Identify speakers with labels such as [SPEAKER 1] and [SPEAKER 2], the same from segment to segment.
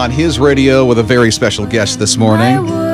[SPEAKER 1] on his radio with a very special guest this morning. You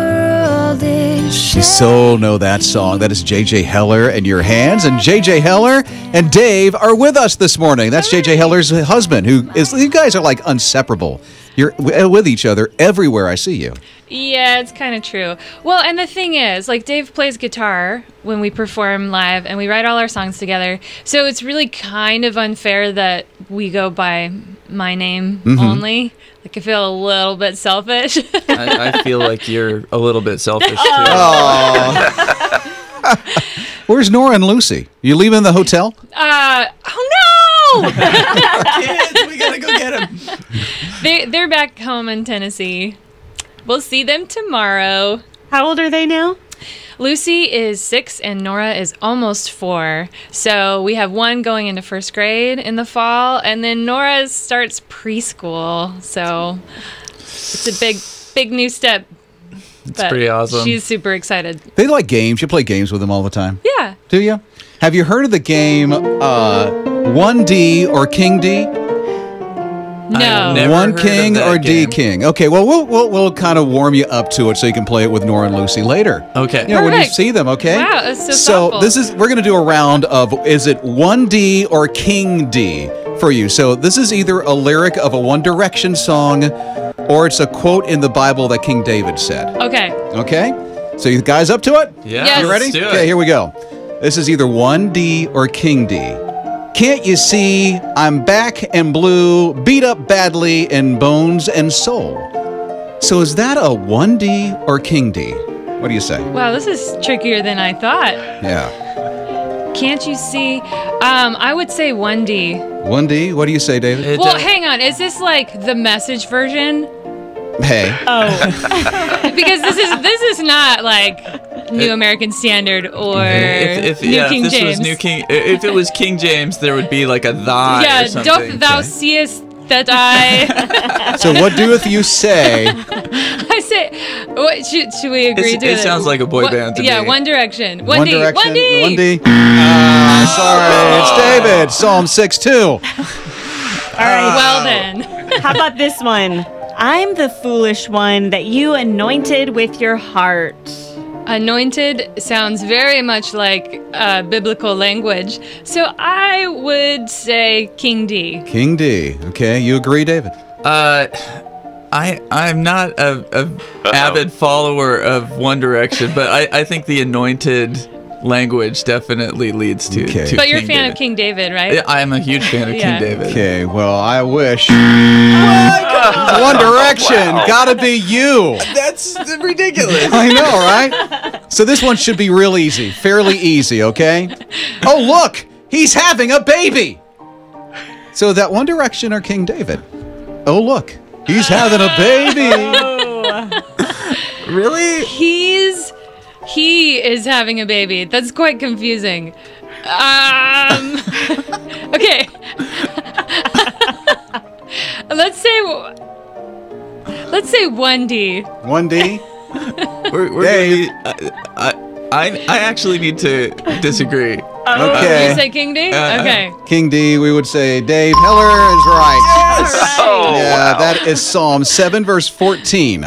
[SPEAKER 2] She's
[SPEAKER 1] so know that song. That is JJ Heller and Your Hands. And JJ Heller and Dave are with us this morning. That's JJ Heller's husband, who is, you guys are like inseparable. You're w- uh, with each other everywhere I see you.
[SPEAKER 3] Yeah, it's kind of true. Well, and the thing is, like Dave plays guitar when we perform live and we write all our songs together. So it's really kind of unfair that we go by my name only. Like I feel a little bit selfish.
[SPEAKER 4] I, I feel like you're a little bit selfish too.
[SPEAKER 3] Oh.
[SPEAKER 1] Oh. Where's Nora and Lucy? You leaving the hotel?
[SPEAKER 3] uh, oh no.
[SPEAKER 4] Kids, we gotta go get him.
[SPEAKER 3] they they're back home in Tennessee. We'll see them tomorrow.
[SPEAKER 5] How old are they now?
[SPEAKER 3] Lucy is six and Nora is almost four. So we have one going into first grade in the fall, and then Nora starts preschool. So it's a big, big new step. It's
[SPEAKER 4] pretty awesome.
[SPEAKER 3] She's super excited.
[SPEAKER 1] They like games. You play games with them all the time.
[SPEAKER 3] Yeah.
[SPEAKER 1] Do you? Have you heard of the game uh, 1D or King D?
[SPEAKER 3] No.
[SPEAKER 4] never-
[SPEAKER 1] one
[SPEAKER 4] heard of
[SPEAKER 1] king
[SPEAKER 4] that
[SPEAKER 1] or D
[SPEAKER 4] game.
[SPEAKER 1] king. Okay, well, we'll we'll, we'll kind of warm you up to it so you can play it with Nora and Lucy later.
[SPEAKER 4] Okay.
[SPEAKER 1] You know, when you
[SPEAKER 3] Perfect.
[SPEAKER 1] see them, okay?
[SPEAKER 3] Wow, that's so thoughtful.
[SPEAKER 1] this is we're gonna do a round of is it one D or King D for you. So this is either a lyric of a One Direction song or it's a quote in the Bible that King David said.
[SPEAKER 3] okay.
[SPEAKER 1] Okay? So you guys up to it?
[SPEAKER 4] Yeah.
[SPEAKER 3] Yes.
[SPEAKER 1] You ready?
[SPEAKER 4] Let's do it.
[SPEAKER 1] Okay, here we go. This is either 1D or King D. Can't you see I'm back and blue, beat up badly in bones and soul? So is that a 1D or King D? What do you say?
[SPEAKER 3] Wow, this is trickier than I thought.
[SPEAKER 1] Yeah.
[SPEAKER 3] Can't you see? Um, I would say 1D.
[SPEAKER 1] 1D, what do you say, David?
[SPEAKER 4] It uh,
[SPEAKER 3] Well,
[SPEAKER 4] does-
[SPEAKER 3] hang on. Is this like the message version?
[SPEAKER 1] Hey.
[SPEAKER 5] Oh,
[SPEAKER 3] because this is this is not like New
[SPEAKER 4] It- Mm-hmm.
[SPEAKER 3] American Standard or
[SPEAKER 4] If, if,
[SPEAKER 3] New
[SPEAKER 4] yeah,
[SPEAKER 3] King
[SPEAKER 4] if this
[SPEAKER 3] James.
[SPEAKER 4] was New King, i- if it was King James, there would be like a thy or
[SPEAKER 3] yeah,
[SPEAKER 4] something.
[SPEAKER 3] doth thou seest that I?
[SPEAKER 1] So what doeth you say?
[SPEAKER 3] I say, what should, should we agree
[SPEAKER 4] It's-
[SPEAKER 3] to?
[SPEAKER 4] it
[SPEAKER 3] the-
[SPEAKER 4] sounds like a boy
[SPEAKER 3] What-
[SPEAKER 4] band to
[SPEAKER 3] yeah,
[SPEAKER 4] me.
[SPEAKER 3] One Direction. One,
[SPEAKER 1] One
[SPEAKER 3] D.
[SPEAKER 1] Direction.
[SPEAKER 3] One D.
[SPEAKER 1] 1D. Ah, sorry, it's David. Psalm 6 2.
[SPEAKER 5] all right.
[SPEAKER 3] Well then,
[SPEAKER 5] How about this one? I'm the foolish one that you anointed with your heart.
[SPEAKER 3] anointed sounds very much like uh, biblical language, so I would say King D.
[SPEAKER 1] King D. Okay, you agree, David?
[SPEAKER 4] Uh, I I'm not a, a avid follower of One Direction, but I, I think the anointed language definitely leads to.
[SPEAKER 1] Okay.
[SPEAKER 4] to
[SPEAKER 3] But you're a
[SPEAKER 4] King
[SPEAKER 3] fan
[SPEAKER 4] David.
[SPEAKER 3] of King David, right?
[SPEAKER 4] Yeah, I am a huge fan of
[SPEAKER 3] Yeah.
[SPEAKER 4] King David.
[SPEAKER 1] Okay, well, I wish. One Direction, gotta be you.
[SPEAKER 4] That's ridiculous.
[SPEAKER 1] I know, right? So this one should be real easy, fairly easy, okay? Oh, look, he's having a baby. So that One Direction or King David? Oh, look, he's having a baby.
[SPEAKER 4] really?
[SPEAKER 3] He's he is having a baby. That's quite confusing. Um Okay. let's say Let's say 1D.
[SPEAKER 1] One D.
[SPEAKER 4] We're, we're
[SPEAKER 1] Dave.
[SPEAKER 4] gonna be- I, I, I actually need to disagree.
[SPEAKER 6] Oh.
[SPEAKER 3] You
[SPEAKER 1] Okay. Uh-huh.
[SPEAKER 3] say King D?
[SPEAKER 4] Uh,
[SPEAKER 3] okay.
[SPEAKER 1] King D, we would say Dave Heller is right.
[SPEAKER 6] Oh,
[SPEAKER 1] Yeah,
[SPEAKER 6] wow.
[SPEAKER 1] that is Psalm 7, verse 14.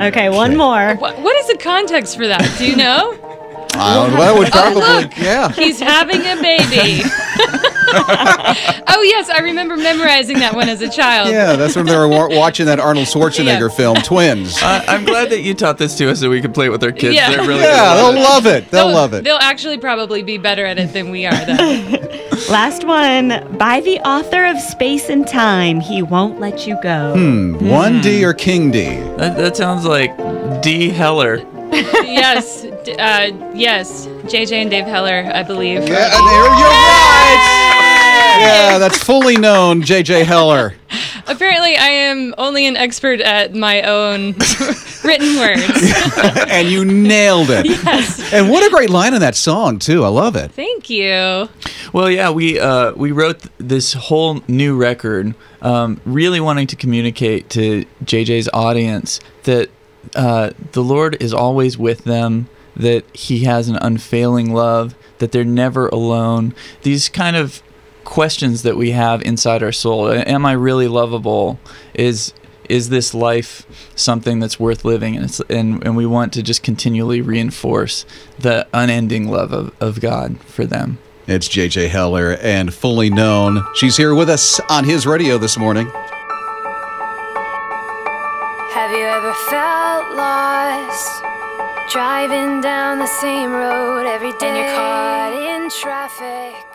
[SPEAKER 5] Okay, one more.
[SPEAKER 3] What, what is the context for that? Do you know?
[SPEAKER 1] I don't know, that
[SPEAKER 6] Oh,
[SPEAKER 1] would probably,
[SPEAKER 3] look.
[SPEAKER 1] yeah.
[SPEAKER 3] He's having a baby. oh yes, I remember memorizing that one as a child.
[SPEAKER 1] Yeah, that's when they were wa- watching that Arnold Schwarzenegger
[SPEAKER 3] Yeah.
[SPEAKER 1] film, Twins.
[SPEAKER 4] I, I'm glad that you taught this to us so we could play it with our kids.
[SPEAKER 3] Yeah.
[SPEAKER 4] They're really
[SPEAKER 1] yeah,
[SPEAKER 4] gonna
[SPEAKER 1] they'll love it. They'll love it.
[SPEAKER 3] They'll actually probably be better at it than we are though.
[SPEAKER 5] Last one. By the author of Space and Time, he won't let you go.
[SPEAKER 1] One D or King D?
[SPEAKER 4] That, that sounds like D. Heller.
[SPEAKER 3] yes. d- Uh, yes. JJ and Dave Heller, I believe.
[SPEAKER 1] Yeah, and there you're right. Yeah, that's fully known, JJ Heller.
[SPEAKER 3] Apparently, I am only an expert at my own written words.
[SPEAKER 1] and you nailed it. Yes. And what a great line in that song too. I love it.
[SPEAKER 3] Thank you.
[SPEAKER 4] Well, yeah, we uh, we wrote th- this whole new record, um, really wanting to communicate to JJ's audience that uh, the Lord is always with them, that He has an unfailing love, that they're never alone. These kind of questions that we have inside our soul: Am I really lovable? Is is this life something that's worth living? And it's and, and we want to just continually reinforce the unending love of, of God for them.
[SPEAKER 1] It's JJ Heller and fully known. She's here with us on his radio this morning.
[SPEAKER 2] Have you ever felt lost? Driving down the same road every day. And you're caught in traffic.